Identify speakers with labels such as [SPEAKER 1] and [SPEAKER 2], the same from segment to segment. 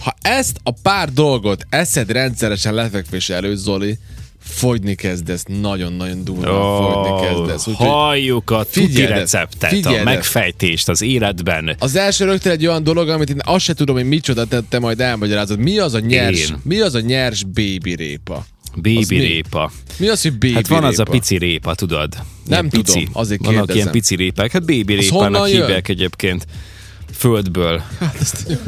[SPEAKER 1] Ha ezt a pár dolgot eszed rendszeresen lefekvés előtt, Zoli, fogyni kezdesz, nagyon-nagyon durván oh, fogyni kezdesz.
[SPEAKER 2] Úgyhogy halljuk a tuti
[SPEAKER 1] figyeld ezt,
[SPEAKER 2] receptet,
[SPEAKER 1] figyeld
[SPEAKER 2] a
[SPEAKER 1] ezt.
[SPEAKER 2] megfejtést az életben.
[SPEAKER 1] az első rögtön egy olyan dolog, amit én azt se tudom, hogy micsoda, te, te majd elmagyarázod. Mi az a nyers,
[SPEAKER 2] Én.
[SPEAKER 1] mi az a nyers baby répa? Az mi?
[SPEAKER 2] Bébi répa.
[SPEAKER 1] Mi az, hogy baby
[SPEAKER 2] Hát van az a
[SPEAKER 1] répa?
[SPEAKER 2] pici répa, tudod? Ilyen
[SPEAKER 1] tudom,
[SPEAKER 2] pici.
[SPEAKER 1] azért
[SPEAKER 2] Vannak
[SPEAKER 1] kérdezem.
[SPEAKER 2] ilyen pici répek, hát bébi
[SPEAKER 1] Az
[SPEAKER 2] répának
[SPEAKER 1] honnan jön?
[SPEAKER 2] hívják egyébként. Földből.
[SPEAKER 1] Hát azt,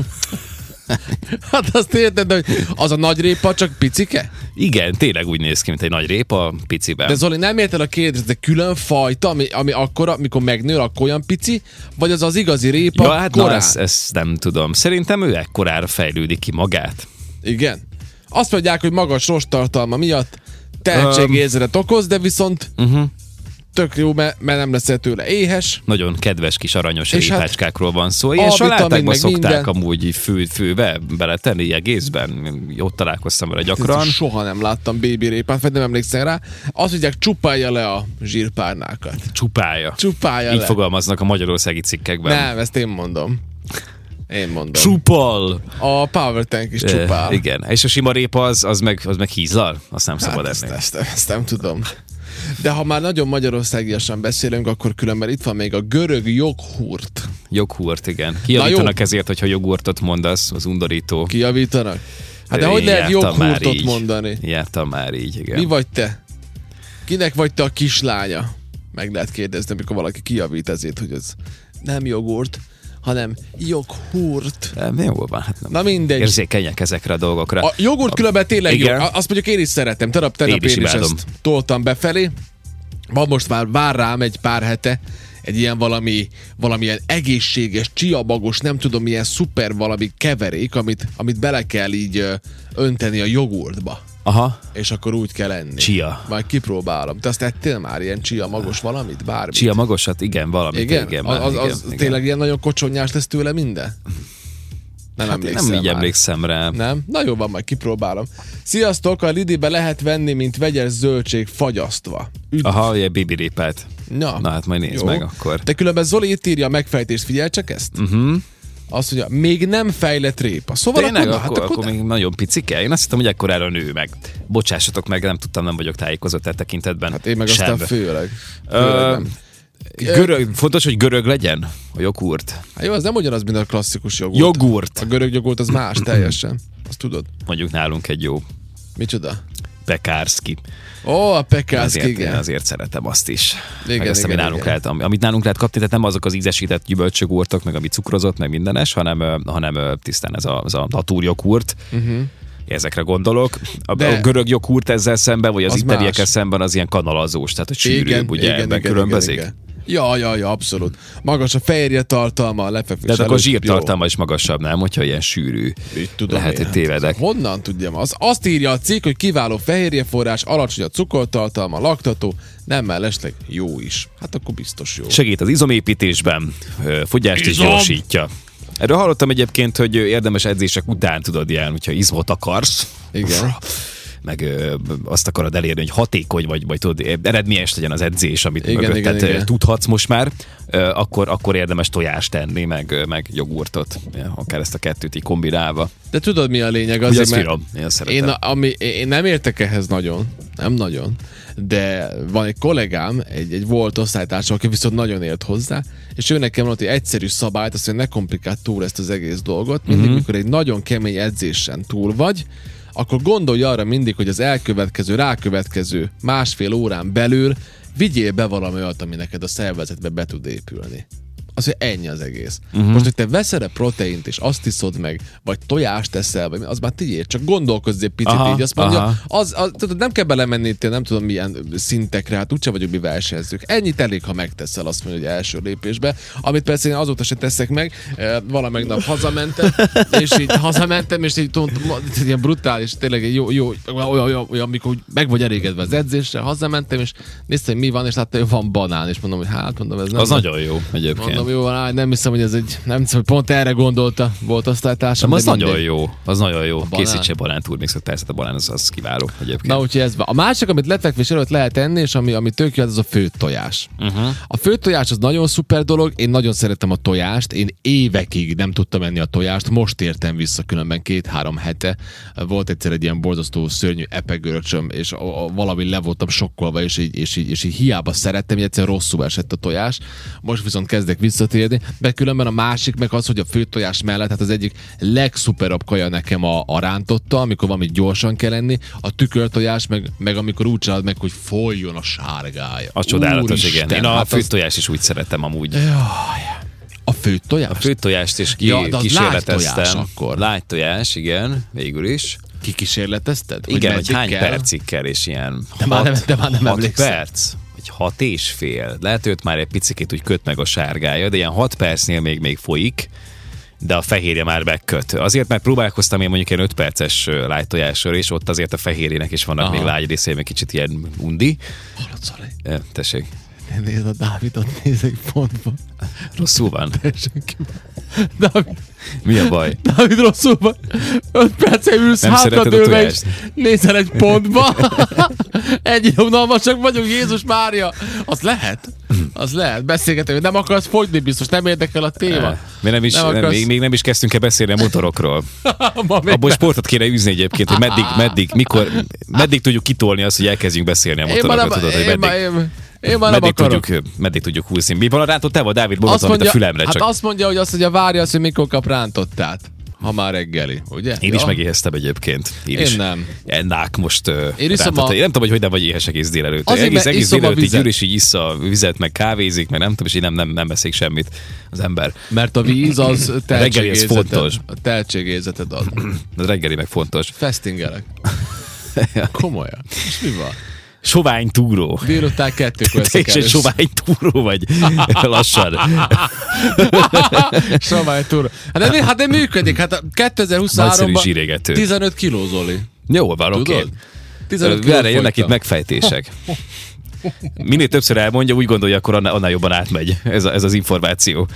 [SPEAKER 1] hát azt érted, hogy az a nagy répa csak picike?
[SPEAKER 2] Igen, tényleg úgy néz ki, mint egy nagy répa, piciben.
[SPEAKER 1] De Zoli, nem érted a kérdést, de külön fajta, ami, ami akkor, amikor megnő, akkor olyan pici, vagy az az igazi répa
[SPEAKER 2] ja, hát na,
[SPEAKER 1] korán?
[SPEAKER 2] ezt, ezt nem tudom. Szerintem ő ekkorára fejlődik ki magát.
[SPEAKER 1] Igen. Azt mondják, hogy magas rostartalma miatt tehetségérzetet okoz, de viszont
[SPEAKER 2] Mhm.
[SPEAKER 1] uh-huh. tök jó, mert, mert nem leszel tőle éhes.
[SPEAKER 2] Nagyon kedves kis aranyos
[SPEAKER 1] És hát
[SPEAKER 2] répácskákról van szó. Ilyen
[SPEAKER 1] A-vitamin,
[SPEAKER 2] salátákba
[SPEAKER 1] meg minden.
[SPEAKER 2] szokták amúgy fő, főbe beletenni egészben. Ott találkoztam vele
[SPEAKER 1] Ezt
[SPEAKER 2] gyakran.
[SPEAKER 1] soha nem láttam bébi répát, vagy nem emlékszem rá. Azt mondják, csupálja le a zsírpárnákat.
[SPEAKER 2] Csupája.
[SPEAKER 1] Csupálja
[SPEAKER 2] Így
[SPEAKER 1] le.
[SPEAKER 2] fogalmaznak a magyarországi cikkekben.
[SPEAKER 1] Nem, ezt én mondom. Én mondom.
[SPEAKER 2] Csupal!
[SPEAKER 1] A Power Tank is csupál.
[SPEAKER 2] Ö, Eh, igen, és a sima répa az, az, meg, az meg hízlal, azt nem
[SPEAKER 1] Hát
[SPEAKER 2] szabad
[SPEAKER 1] ezt,
[SPEAKER 2] enni.
[SPEAKER 1] ezt, ezt nem tudom. De ha már nagyon magyarországiasan beszélünk, akkor különben itt van még a görög joghurt.
[SPEAKER 2] Joghurt, igen. Kijavítanak
[SPEAKER 1] jó.
[SPEAKER 2] ezért, hogyha jogurtot mondasz, az undorító.
[SPEAKER 1] Kijavítanak? Hát de
[SPEAKER 2] Én
[SPEAKER 1] hogy lehet
[SPEAKER 2] jártam már
[SPEAKER 1] joghurtot
[SPEAKER 2] így.
[SPEAKER 1] mondani?
[SPEAKER 2] Jártam már így, igen.
[SPEAKER 1] Mi vagy te? Kinek vagy te a kislánya? Meg lehet kérdezni, amikor valaki kijavít ezért, hogy ez nem jogurt, hanem joghurt.
[SPEAKER 2] Nem, Jó van, hát nem.
[SPEAKER 1] Na mindegy.
[SPEAKER 2] Érzékenyek ezekre a dolgokra.
[SPEAKER 1] A jogurt különben tényleg
[SPEAKER 2] Igen.
[SPEAKER 1] jó. A- Azt mondjuk én is szeretem. Terap,
[SPEAKER 2] Én
[SPEAKER 1] terap
[SPEAKER 2] is
[SPEAKER 1] én, én is
[SPEAKER 2] imádom.
[SPEAKER 1] ezt toltam befelé. Van most már, vár rám egy pár hete egy ilyen valami, valamilyen egészséges, csiabagos, nem tudom, milyen szuper valami keverék, amit, amit bele kell így ö, önteni a jogurtba.
[SPEAKER 2] Aha,
[SPEAKER 1] És akkor úgy kell enni.
[SPEAKER 2] Chia.
[SPEAKER 1] Majd kipróbálom. Te azt ettél már ilyen csia magos valamit? Bármit?
[SPEAKER 2] Csia magosat, igen, valami.
[SPEAKER 1] igen?
[SPEAKER 2] igen, már,
[SPEAKER 1] az,
[SPEAKER 2] igen,
[SPEAKER 1] az
[SPEAKER 2] igen.
[SPEAKER 1] tényleg ilyen nagyon kocsonyás lesz tőle minden? Nem
[SPEAKER 2] Hát én
[SPEAKER 1] emlékszem
[SPEAKER 2] nem így
[SPEAKER 1] már.
[SPEAKER 2] emlékszem rá.
[SPEAKER 1] Nem? Na jó van, majd kipróbálom. Sziasztok, a Lidibe lehet venni, mint vegyes zöldség fagyasztva. Üdv.
[SPEAKER 2] Aha, ilyen bibirépát.
[SPEAKER 1] Na,
[SPEAKER 2] Na hát majd nézd meg akkor. Mhm.
[SPEAKER 1] De különben Zoli itt írja a megfejtést, figyelj csak ezt? Uh-huh. Azt mondja, még nem fejlett répa. Szóval
[SPEAKER 2] Tényleg,
[SPEAKER 1] akkor,
[SPEAKER 2] akkor,
[SPEAKER 1] na, hát akkor,
[SPEAKER 2] akkor
[SPEAKER 1] nem.
[SPEAKER 2] még nagyon picike? Én azt hittem, hogy ekkorára nő meg. Bocsássatok meg, nem tudtam, nem vagyok tájékozott e tekintetben.
[SPEAKER 1] Hát én meg
[SPEAKER 2] Sem.
[SPEAKER 1] aztán főleg.
[SPEAKER 2] Ö,
[SPEAKER 1] főleg nem.
[SPEAKER 2] Görög, fontos, hogy görög legyen a joghurt.
[SPEAKER 1] Hát jó, az nem ugyanaz, mint a klasszikus jogurt.
[SPEAKER 2] Jogurt,
[SPEAKER 1] A görög jogurt az más teljesen. Azt tudod.
[SPEAKER 2] mondjuk nálunk egy jó
[SPEAKER 1] Micsoda?
[SPEAKER 2] pekárszki.
[SPEAKER 1] Ó, a pekászk,
[SPEAKER 2] Azért, igen.
[SPEAKER 1] igen.
[SPEAKER 2] azért szeretem azt is. Igen,
[SPEAKER 1] Igen,
[SPEAKER 2] meg azt, ami
[SPEAKER 1] igen,
[SPEAKER 2] nálunk
[SPEAKER 1] igen.
[SPEAKER 2] Lehet, ami- amit nálunk lehet kapni, tehát nem azok az ízesített gyümölcsjogurtok, meg ami cukrozott, meg mindenes, hanem, ö, hanem ö, tisztán ez a, az a natúrjoghurt. Uh-huh. Ezekre gondolok. A,
[SPEAKER 1] Mhm. De-
[SPEAKER 2] a görög joghurt ezzel szemben, vagy az,
[SPEAKER 1] Az
[SPEAKER 2] italiekkel
[SPEAKER 1] más.
[SPEAKER 2] szemben az ilyen kanalazós, tehát a sűrűbb, ugye ebben különbözik.
[SPEAKER 1] Ja, ja, ja, abszolút. Magas a fehérje tartalma, a lefekvés
[SPEAKER 2] De hát akkor
[SPEAKER 1] előtt
[SPEAKER 2] zsírtartalma is magasabb, nem? Hogyha ilyen sűrű.
[SPEAKER 1] jó. Így tudom
[SPEAKER 2] Lehet,
[SPEAKER 1] én,
[SPEAKER 2] hogy tévedek.
[SPEAKER 1] hát Honnan tudjam? Az, azt írja a cikk, hogy kiváló fehérjeforrás, alacsony a cukortartalma, laktató, nem mellesleg jó is. Hát akkor biztos jó.
[SPEAKER 2] Segít az izomépítésben, ö, fogyást is
[SPEAKER 1] Izom!
[SPEAKER 2] gyorsítja. Erről hallottam egyébként, hogy ö, érdemes edzések után tudod ilyen, hogyha izmot akarsz,
[SPEAKER 1] Igen.
[SPEAKER 2] meg ö, azt akarod elérni, hogy hatékony vagy, vagy tudod, eredményes legyen az edzés, amit
[SPEAKER 1] Igen,
[SPEAKER 2] mögötted
[SPEAKER 1] igen,
[SPEAKER 2] igen,
[SPEAKER 1] igen.
[SPEAKER 2] tudhatsz most már, ö, akkor, akkor érdemes tojást tenni, meg, ö, meg jogurtot, ja, akár ezt a kettőt így kombinálva.
[SPEAKER 1] De tudod mi a lényeg?
[SPEAKER 2] Ugye
[SPEAKER 1] Azért,
[SPEAKER 2] az
[SPEAKER 1] mert
[SPEAKER 2] finom, én azt szeretem.
[SPEAKER 1] Én, a- ami, én nem értek ehhez nagyon, nem nagyon, de van egy kollégám, egy, egy volt osztálytársam, aki viszont nagyon ért hozzá, és ő nekem mondott egy egyszerű szabályt, azt mondja, ne komplikált túl ezt az egész dolgot, mindig,
[SPEAKER 2] Mhm.
[SPEAKER 1] mm-hmm. mikor egy nagyon kemény edzésen túl vagy, akkor gondolj arra mindig, hogy az elkövetkező, rákövetkező másfél órán belül vigyél be valami olyat, ami neked a szervezetbe be tud épülni. Az, hogy ennyi az egész.
[SPEAKER 2] Mhm.
[SPEAKER 1] Uh-huh. Most, hogy te veszel proteint, és azt iszod meg, vagy tojást eszel, vagy mi, az már tiéd, csak gondolkozz egy picit
[SPEAKER 2] Aha,
[SPEAKER 1] így, azt mondja,
[SPEAKER 2] aha.
[SPEAKER 1] az, az, tudod, nem kell belemenni itt, ilyen nem tudom milyen szintekre, hát úgyse vagyok mi versenyzők. Ennyit elég, ha megteszel, azt mondja, hogy első lépésbe, amit persze én azóta se teszek meg, eh, valamelyik nap hazamentem, és így hazamentem, és így tudom, ilyen brutális, tényleg egy jó, jó olyan, olyan, olyan, olyan, amikor úgy meg vagy elégedve az edzésre, hazamentem, és néztem, hogy mi van, és láttam, hogy van banán, és mondom, hogy hát, mondom, ez nem
[SPEAKER 2] Az nagyon jó egyébként.
[SPEAKER 1] Mondom, barom jó van, áll, nem hiszem, hogy ez egy, nem hiszem, hogy pont erre gondolta volt osztálytársam.
[SPEAKER 2] De az
[SPEAKER 1] de
[SPEAKER 2] nagyon
[SPEAKER 1] mindegy.
[SPEAKER 2] jó, az nagyon jó.
[SPEAKER 1] banán.
[SPEAKER 2] Készítse banán turmixot, persze, a banán az, az kiváló egyébként.
[SPEAKER 1] Na, úgyhogy ez van. A másik, amit letekvés előtt lehet enni, és ami, ami tök jó, az a főtt tojás. Uh-huh. A főtt tojás az nagyon szuper dolog, én nagyon szeretem a tojást, én évekig nem tudtam enni a tojást, most értem vissza különben két-három hete. Volt egyszer egy ilyen borzasztó szörnyű epegörcsöm, és a, a, valami le voltam sokkolva, és így, és, így, és így hiába szerettem, így egyszer rosszul esett a tojás. Most viszont kezdek visszatérni, de különben a másik meg az, hogy a főtt tojás mellett, hát az egyik legszuperabb kaja nekem a, a rántotta, amikor valamit gyorsan kell enni, a tükörtojás, meg, meg amikor úgy csinálod meg, hogy folyjon a sárgája.
[SPEAKER 2] Az csodálatos, igen. Én a
[SPEAKER 1] hát az,
[SPEAKER 2] főtojás is úgy szeretem amúgy.
[SPEAKER 1] a főtt tojás? A
[SPEAKER 2] Főtojást is ki,
[SPEAKER 1] Ja, de az lágy
[SPEAKER 2] kísérleteztem.
[SPEAKER 1] tojás akkor.
[SPEAKER 2] Lágy tojás, igen, végül is.
[SPEAKER 1] Kikísérletezted? Hogy
[SPEAKER 2] igen, hogy
[SPEAKER 1] meddig
[SPEAKER 2] hány
[SPEAKER 1] kell?
[SPEAKER 2] percig kell, és ilyen de
[SPEAKER 1] már nem- de már nem emlékszem.
[SPEAKER 2] perc, vagy hat és fél. Lehet, őt már egy picit úgy köt meg a sárgája, de ilyen hat percnél még, még folyik, de a fehérje már megköt. Azért, mert próbálkoztam én mondjuk ilyen 5 perces ö, lágy tojással, és ott azért a fehérjének is vannak
[SPEAKER 1] Aha.
[SPEAKER 2] még lágy részei, meg kicsit ilyen undi.
[SPEAKER 1] Hallod, Zoli?
[SPEAKER 2] Ö, Tessék,
[SPEAKER 1] Nézd a Dávidot, nézzek pontba.
[SPEAKER 2] rosszul van?
[SPEAKER 1] Senki Dávid,
[SPEAKER 2] Mi a baj?
[SPEAKER 1] Dávid rosszul van. Öt perce ülsz
[SPEAKER 2] Nem szereted a
[SPEAKER 1] hátradőlve, és
[SPEAKER 2] tojást?
[SPEAKER 1] nézel egy pontba. Ennyire unalmasak vagyunk, Jézus Mária. Az lehet. Az lehet. Beszélgetni, hogy nem akarsz fogyni, biztos nem érdekel a téma.
[SPEAKER 2] Mi nem is,
[SPEAKER 1] Nem
[SPEAKER 2] nem
[SPEAKER 1] akarsz-
[SPEAKER 2] még, még, nem is kezdtünk el beszélni a motorokról.
[SPEAKER 1] Ma még
[SPEAKER 2] Eh. Abból sportot kéne űzni egyébként, hogy meddig, meddig, mikor, meddig tudjuk kitolni azt, hogy elkezdjünk beszélni a
[SPEAKER 1] Én már
[SPEAKER 2] motorokról,
[SPEAKER 1] nem,
[SPEAKER 2] tudod, hogy
[SPEAKER 1] én már,
[SPEAKER 2] meddig,
[SPEAKER 1] én, én már nem
[SPEAKER 2] meddig,
[SPEAKER 1] akarok.
[SPEAKER 2] tudjuk, meddig tudjuk húzni. Mi van a rátod, te vagy Dávid, bogatom, amit a fülemre
[SPEAKER 1] hát
[SPEAKER 2] csak.
[SPEAKER 1] azt mondja, hogy azt, hogy a várja azt, hogy mikor kap rántottát. Ha már reggeli, ugye?
[SPEAKER 2] Én is
[SPEAKER 1] Ja.
[SPEAKER 2] megéheztem egyébként. Én,
[SPEAKER 1] Én
[SPEAKER 2] is.
[SPEAKER 1] nem.
[SPEAKER 2] Ennák most ö,
[SPEAKER 1] Én iszom
[SPEAKER 2] rántott-
[SPEAKER 1] a-
[SPEAKER 2] Én nem tudom, hogy hogy nem vagy éhes egész délelőtt.
[SPEAKER 1] Azért,
[SPEAKER 2] egész
[SPEAKER 1] mert
[SPEAKER 2] egész
[SPEAKER 1] iszom a
[SPEAKER 2] délelőtt így
[SPEAKER 1] vizet.
[SPEAKER 2] gyűr és így issza vizet, meg kávézik, meg nem tudom, és így nem, nem, nem eszik semmit az ember.
[SPEAKER 1] Mert a víz az
[SPEAKER 2] reggeli ez
[SPEAKER 1] tehetségérzeted.
[SPEAKER 2] fontos.
[SPEAKER 1] A tehetségérzeted ad.
[SPEAKER 2] A reggeli meg fontos.
[SPEAKER 1] Festingelek. Komolyan. És mi van?
[SPEAKER 2] Sovány túró.
[SPEAKER 1] Délután kettőkor
[SPEAKER 2] Te is
[SPEAKER 1] összekerülsz.
[SPEAKER 2] egy sovány túró vagy lassan.
[SPEAKER 1] Sovány túra. Hát de, mi- hát de működik. Hát a
[SPEAKER 2] Nagyszerű
[SPEAKER 1] 2023-ban
[SPEAKER 2] zsírégető.
[SPEAKER 1] 15 kiló, Zoli.
[SPEAKER 2] Jó, van, oké.
[SPEAKER 1] Tudod?
[SPEAKER 2] Okay.
[SPEAKER 1] 15 kiló
[SPEAKER 2] Erre jönnek itt
[SPEAKER 1] folyton.
[SPEAKER 2] megfejtések. Minél többször elmondja, úgy gondolja, akkor annál, annál jobban átmegy ez, a, ez az információ.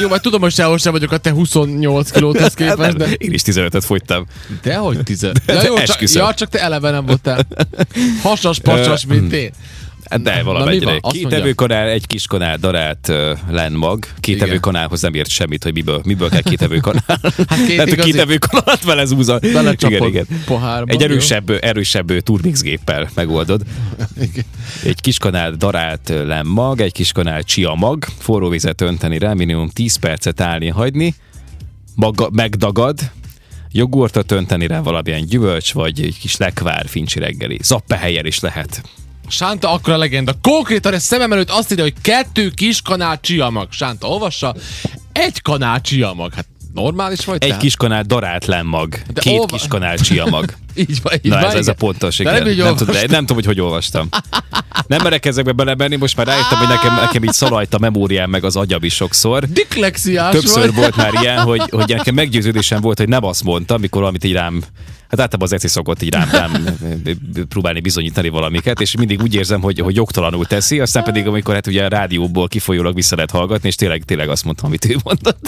[SPEAKER 1] Jó, mert tudom, hogy sehol sem vagyok a te 28 kilóthoz
[SPEAKER 2] Hát Nem,
[SPEAKER 1] képest, de...
[SPEAKER 2] Én is 15-et fogytam.
[SPEAKER 1] Dehogy tizen... Ja, jó, csak,
[SPEAKER 2] esküszöm.
[SPEAKER 1] ja, csak te eleve nem voltál. Hasas, pacsas, mint én.
[SPEAKER 2] Hát De
[SPEAKER 1] mi van?
[SPEAKER 2] valamennyire.
[SPEAKER 1] Azt
[SPEAKER 2] Két
[SPEAKER 1] mondja.
[SPEAKER 2] evőkanál, egy kis kanál darált uh, lenmag. Két
[SPEAKER 1] Igen.
[SPEAKER 2] evőkanálhoz nem ért semmit, hogy miből, miből kell két evőkanál.
[SPEAKER 1] Hát két
[SPEAKER 2] nem tudom,
[SPEAKER 1] igazi-
[SPEAKER 2] két hát evőkanalat vele zúzol.
[SPEAKER 1] Belecsapod pohárba,
[SPEAKER 2] Egy
[SPEAKER 1] jó?
[SPEAKER 2] erősebb, erősebb turmix géppel megoldod. Egy kis kanál darált ö, lenmag, egy kis kanál csiamag, forró vizet önteni rá, minimum 10 percet állni, hagyni, maga, megdagad, jogurtot önteni rá valamilyen gyümölcs, vagy egy kis lekvár fincsi reggeli. Zappehelyel is lehet.
[SPEAKER 1] Sánta akkor a legenda. Konkrétan a szemem előtt azt írja, hogy kettő kis kanál csiamag. Sánta, olvassa. Egy kanál csiamag. Hát normális vagy
[SPEAKER 2] Egy
[SPEAKER 1] te?
[SPEAKER 2] kiskanál darált lenmag,
[SPEAKER 1] De
[SPEAKER 2] két
[SPEAKER 1] olva-
[SPEAKER 2] kiskanál csiamag.
[SPEAKER 1] Így van, így
[SPEAKER 2] Na
[SPEAKER 1] van,
[SPEAKER 2] ez, ez a
[SPEAKER 1] igen.
[SPEAKER 2] pontos,
[SPEAKER 1] De
[SPEAKER 2] igen.
[SPEAKER 1] nem így
[SPEAKER 2] nem, tudom,
[SPEAKER 1] olvastam.
[SPEAKER 2] nem tudom, hogy hogy olvastam. Nem merek ezekbe belemenni, most már rájöttem, hogy nekem, nekem így szalajt a memóriám, meg az agyam is sokszor.
[SPEAKER 1] Diklexiás
[SPEAKER 2] Többször
[SPEAKER 1] vagy.
[SPEAKER 2] volt már ilyen, hogy, hogy nekem meggyőződésem volt, hogy nem azt mondta, amikor valamit így rám Hát általában az Eci szokott így rám, rám próbálni bizonyítani valamiket, és mindig úgy érzem, hogy, hogy jogtalanul teszi, aztán pedig, amikor hát ugye a rádióból kifolyólag vissza lehet hallgatni, és tényleg, tényleg azt mondtam, amit ő mondott.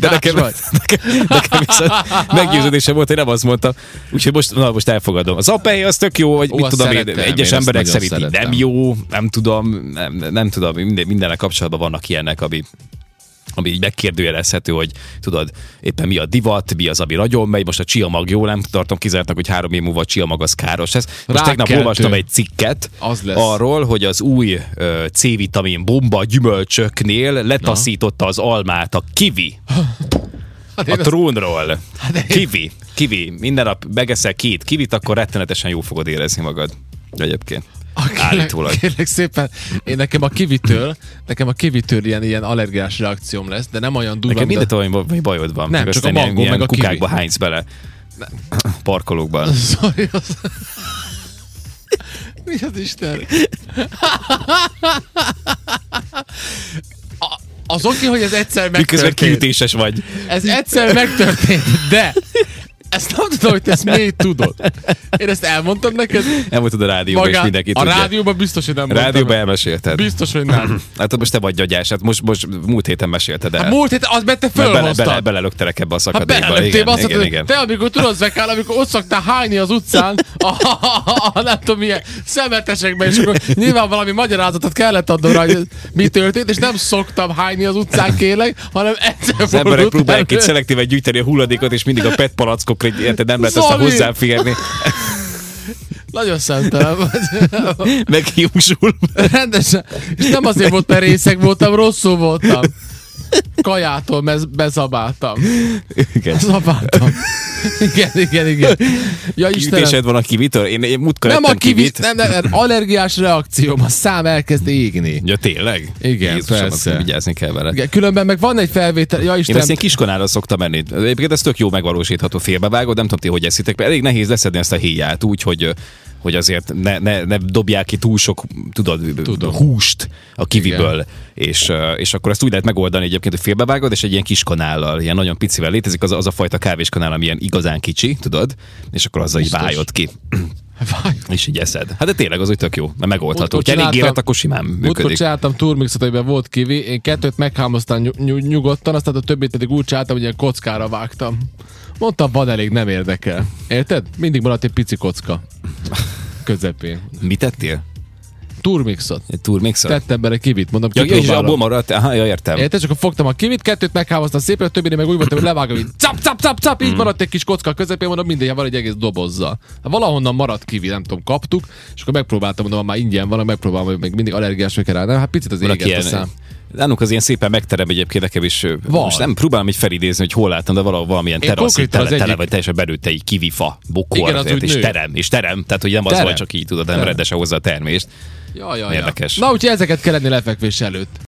[SPEAKER 2] De nekem,
[SPEAKER 1] vagy.
[SPEAKER 2] nekem, nekem viszont meggyőződésem volt, én nem azt mondtam. Úgyhogy most, na, most elfogadom. Az apehely az tök jó, vagy
[SPEAKER 1] Ó,
[SPEAKER 2] mit
[SPEAKER 1] azt
[SPEAKER 2] tudom én,
[SPEAKER 1] szeretem,
[SPEAKER 2] egyes
[SPEAKER 1] én azt
[SPEAKER 2] emberek
[SPEAKER 1] nagyon
[SPEAKER 2] szerint így nem
[SPEAKER 1] szeretem.
[SPEAKER 2] jó, nem tudom, nem, nem tudom, minden, mindennel kapcsolatban vannak ilyenek, ami ami így megkérdőjelezhető, hogy tudod, éppen mi a divat, mi az, ami nagyon megy, most a csiamag jó, nem tartom kizártnak, hogy három év múlva a csiamag az káros lesz. Most
[SPEAKER 1] Rákkeltő.
[SPEAKER 2] tegnap olvastam egy cikket
[SPEAKER 1] Az lesz.
[SPEAKER 2] arról, hogy az új ö, C-vitamin bomba gyümölcsöknél letaszította az almát a kivi.
[SPEAKER 1] Hát
[SPEAKER 2] A
[SPEAKER 1] én azt-
[SPEAKER 2] trónról.
[SPEAKER 1] én-
[SPEAKER 2] Kivi. Kivi. Minden nap megeszel két kivit, akkor rettenetesen jó fogod érezni magad. Egyébként.
[SPEAKER 1] Ah,
[SPEAKER 2] Állítólag.
[SPEAKER 1] Kérlek szépen, én nekem a kivitől, nekem a kivitől ilyen, ilyen allergiás reakcióm lesz, de nem olyan durva,
[SPEAKER 2] Nekem
[SPEAKER 1] mint a-
[SPEAKER 2] mindent olyan ba- bajod van.
[SPEAKER 1] Nem,
[SPEAKER 2] meg
[SPEAKER 1] csak
[SPEAKER 2] aztán
[SPEAKER 1] a
[SPEAKER 2] ilyen-
[SPEAKER 1] mangó,
[SPEAKER 2] ilyen
[SPEAKER 1] meg a kiwi.
[SPEAKER 2] kukákba hánysz bele. Parkolókban.
[SPEAKER 1] Sorry, az... Mi az Isten? A- Az oké, hogy ez egyszer
[SPEAKER 2] Miközben
[SPEAKER 1] megtörtént.
[SPEAKER 2] kiütéses vagy.
[SPEAKER 1] Ez egyszer megtörtént, de Ezt nem tudom, hogy te ezt még tudod. Én ezt elmondtam neked.
[SPEAKER 2] Elmondtad a rádióban, és mindenki
[SPEAKER 1] a
[SPEAKER 2] tudja.
[SPEAKER 1] rádióban biztos, hogy nem
[SPEAKER 2] Rádióban
[SPEAKER 1] mondtam.
[SPEAKER 2] elmesélted.
[SPEAKER 1] Biztos, hogy nem.
[SPEAKER 2] Hát most te vagy gyagyás, hát most, most múlt héten mesélted el.
[SPEAKER 1] A Hát múlt héten az, mert te
[SPEAKER 2] Mert bele, bele,
[SPEAKER 1] fölhoztad.
[SPEAKER 2] belelöktelek ebbe a
[SPEAKER 1] Hát
[SPEAKER 2] szakadékba.
[SPEAKER 1] belelőttél,
[SPEAKER 2] igen,
[SPEAKER 1] azt
[SPEAKER 2] igen,
[SPEAKER 1] mondtad,
[SPEAKER 2] igen.
[SPEAKER 1] hogy te amikor tudod vekál, amikor ott szoktál hányni az utcán, a, a, a, a nem tudom milyen szemetesekben, és akkor nyilván valami magyarázatot kellett adnom rá, hogy mi történt, és nem szoktam hányni az utcán, kérlek, hanem egyszer
[SPEAKER 2] Az emberek
[SPEAKER 1] fordult
[SPEAKER 2] próbálják
[SPEAKER 1] elő.
[SPEAKER 2] itt szelektíven gyűjteni a hulladékot, és mindig a PET palackokra, így érted, nem lehet aztán
[SPEAKER 1] Zoli!
[SPEAKER 2] hozzáférni.
[SPEAKER 1] Nagyon szentelen vagy.
[SPEAKER 2] Meghiúsul.
[SPEAKER 1] Rendesen. És nem azért volt, mert részeg voltam, rosszul voltam. Kajától mez- bezabáltam.
[SPEAKER 2] Igen.
[SPEAKER 1] Zabáltam. Igen, igen, igen. Ja, Istenem.
[SPEAKER 2] Kiütésed van a kivitől? Én, én múltkor
[SPEAKER 1] Nem a
[SPEAKER 2] ettem
[SPEAKER 1] kivit, nem, nem, nem, allergiás reakcióm, a szám elkezd égni.
[SPEAKER 2] Ja, tényleg?
[SPEAKER 1] Igen,
[SPEAKER 2] Jézusom,
[SPEAKER 1] persze.
[SPEAKER 2] akkor Vigyázni kell vele.
[SPEAKER 1] Igen, különben meg van egy felvétel, ja
[SPEAKER 2] Én ezt
[SPEAKER 1] Istenem,
[SPEAKER 2] ilyen kiskonára szoktam menni. Egyébként ez tök jó megvalósítható félbevágó, nem tudom ti, hogy eszitek, mert elég nehéz leszedni ezt a héját úgy, hogy hogy azért ne, ne, ne dobják ki túl sok tudod,
[SPEAKER 1] Tudom.
[SPEAKER 2] tudom. húst a kiviből, és, ö, és akkor ezt úgy lehet megoldani egyébként, hogy félbevágod, és egy ilyen kis kanállal, ilyen nagyon picivel létezik, az, a- az a fajta kávéskanál, ami ilyen igazán kicsi, tudod, és akkor azzal így
[SPEAKER 1] Biztos.
[SPEAKER 2] vájod ki,
[SPEAKER 1] Vaj,
[SPEAKER 2] és így eszed. Hát de tényleg az úgy tök jó, mert megoldható.
[SPEAKER 1] Múltkor
[SPEAKER 2] Hogyha elég
[SPEAKER 1] csináltam-
[SPEAKER 2] élet, akkor simán
[SPEAKER 1] Múltkor
[SPEAKER 2] működik.
[SPEAKER 1] csináltam turmixot, amiben volt kivi, én kettőt meghámoztam ny- ny- nyugodtan, aztán a többit pedig úgy csináltam, hogy ilyen kockára vágtam. Mondtam, van elég, nem érdekel. Érted? Mindig maradt egy pici kocka. Közepén.
[SPEAKER 2] Mit tettél?
[SPEAKER 1] Turmixot.
[SPEAKER 2] Egy turmixot?
[SPEAKER 1] Tettem bele kivit, mondom,
[SPEAKER 2] Ja, ja, és
[SPEAKER 1] kipróbálom.
[SPEAKER 2] abból maradt, aha, ja, értem.
[SPEAKER 1] Érted? És akkor fogtam a kivit, kettőt meghámoztam szépen, a többinél meg úgy voltam, hogy levágom, így cap, cap, cap, cap,
[SPEAKER 2] Mm.
[SPEAKER 1] így maradt egy kis kocka a közepén, mondom, minden van egy egész dobozzal. Hát valahonnan maradt kivi, nem tudom, kaptuk, és akkor megpróbáltam, mondom, ha már ingyen van, megpróbálom, hogy még mindig allergiás vagyok rá, nem? Hát picit az
[SPEAKER 2] Vannak
[SPEAKER 1] égett a
[SPEAKER 2] ilyen,
[SPEAKER 1] szám.
[SPEAKER 2] nálunk az ilyen szépen megterem egyébként nekem is. ö,
[SPEAKER 1] Van.
[SPEAKER 2] Most nem próbálom így felidézni, hogy hol láttam, de valahol valamilyen
[SPEAKER 1] Én
[SPEAKER 2] terasz, így
[SPEAKER 1] konkrétan
[SPEAKER 2] tele,
[SPEAKER 1] az
[SPEAKER 2] tele
[SPEAKER 1] egyik-
[SPEAKER 2] vagy teljesen belőtte egy kivifa, bokor,
[SPEAKER 1] Igen, az
[SPEAKER 2] tehát,
[SPEAKER 1] úgy
[SPEAKER 2] és
[SPEAKER 1] nő.
[SPEAKER 2] terem, és terem, tehát hogy nem az
[SPEAKER 1] Terem.
[SPEAKER 2] vagy, csak így tudod, nem
[SPEAKER 1] Terem.
[SPEAKER 2] rendesen hozza a termést.
[SPEAKER 1] Ja, ja, ja.
[SPEAKER 2] Érdekes.
[SPEAKER 1] Na, úgyhogy ezeket kell lenni lefekvés előtt.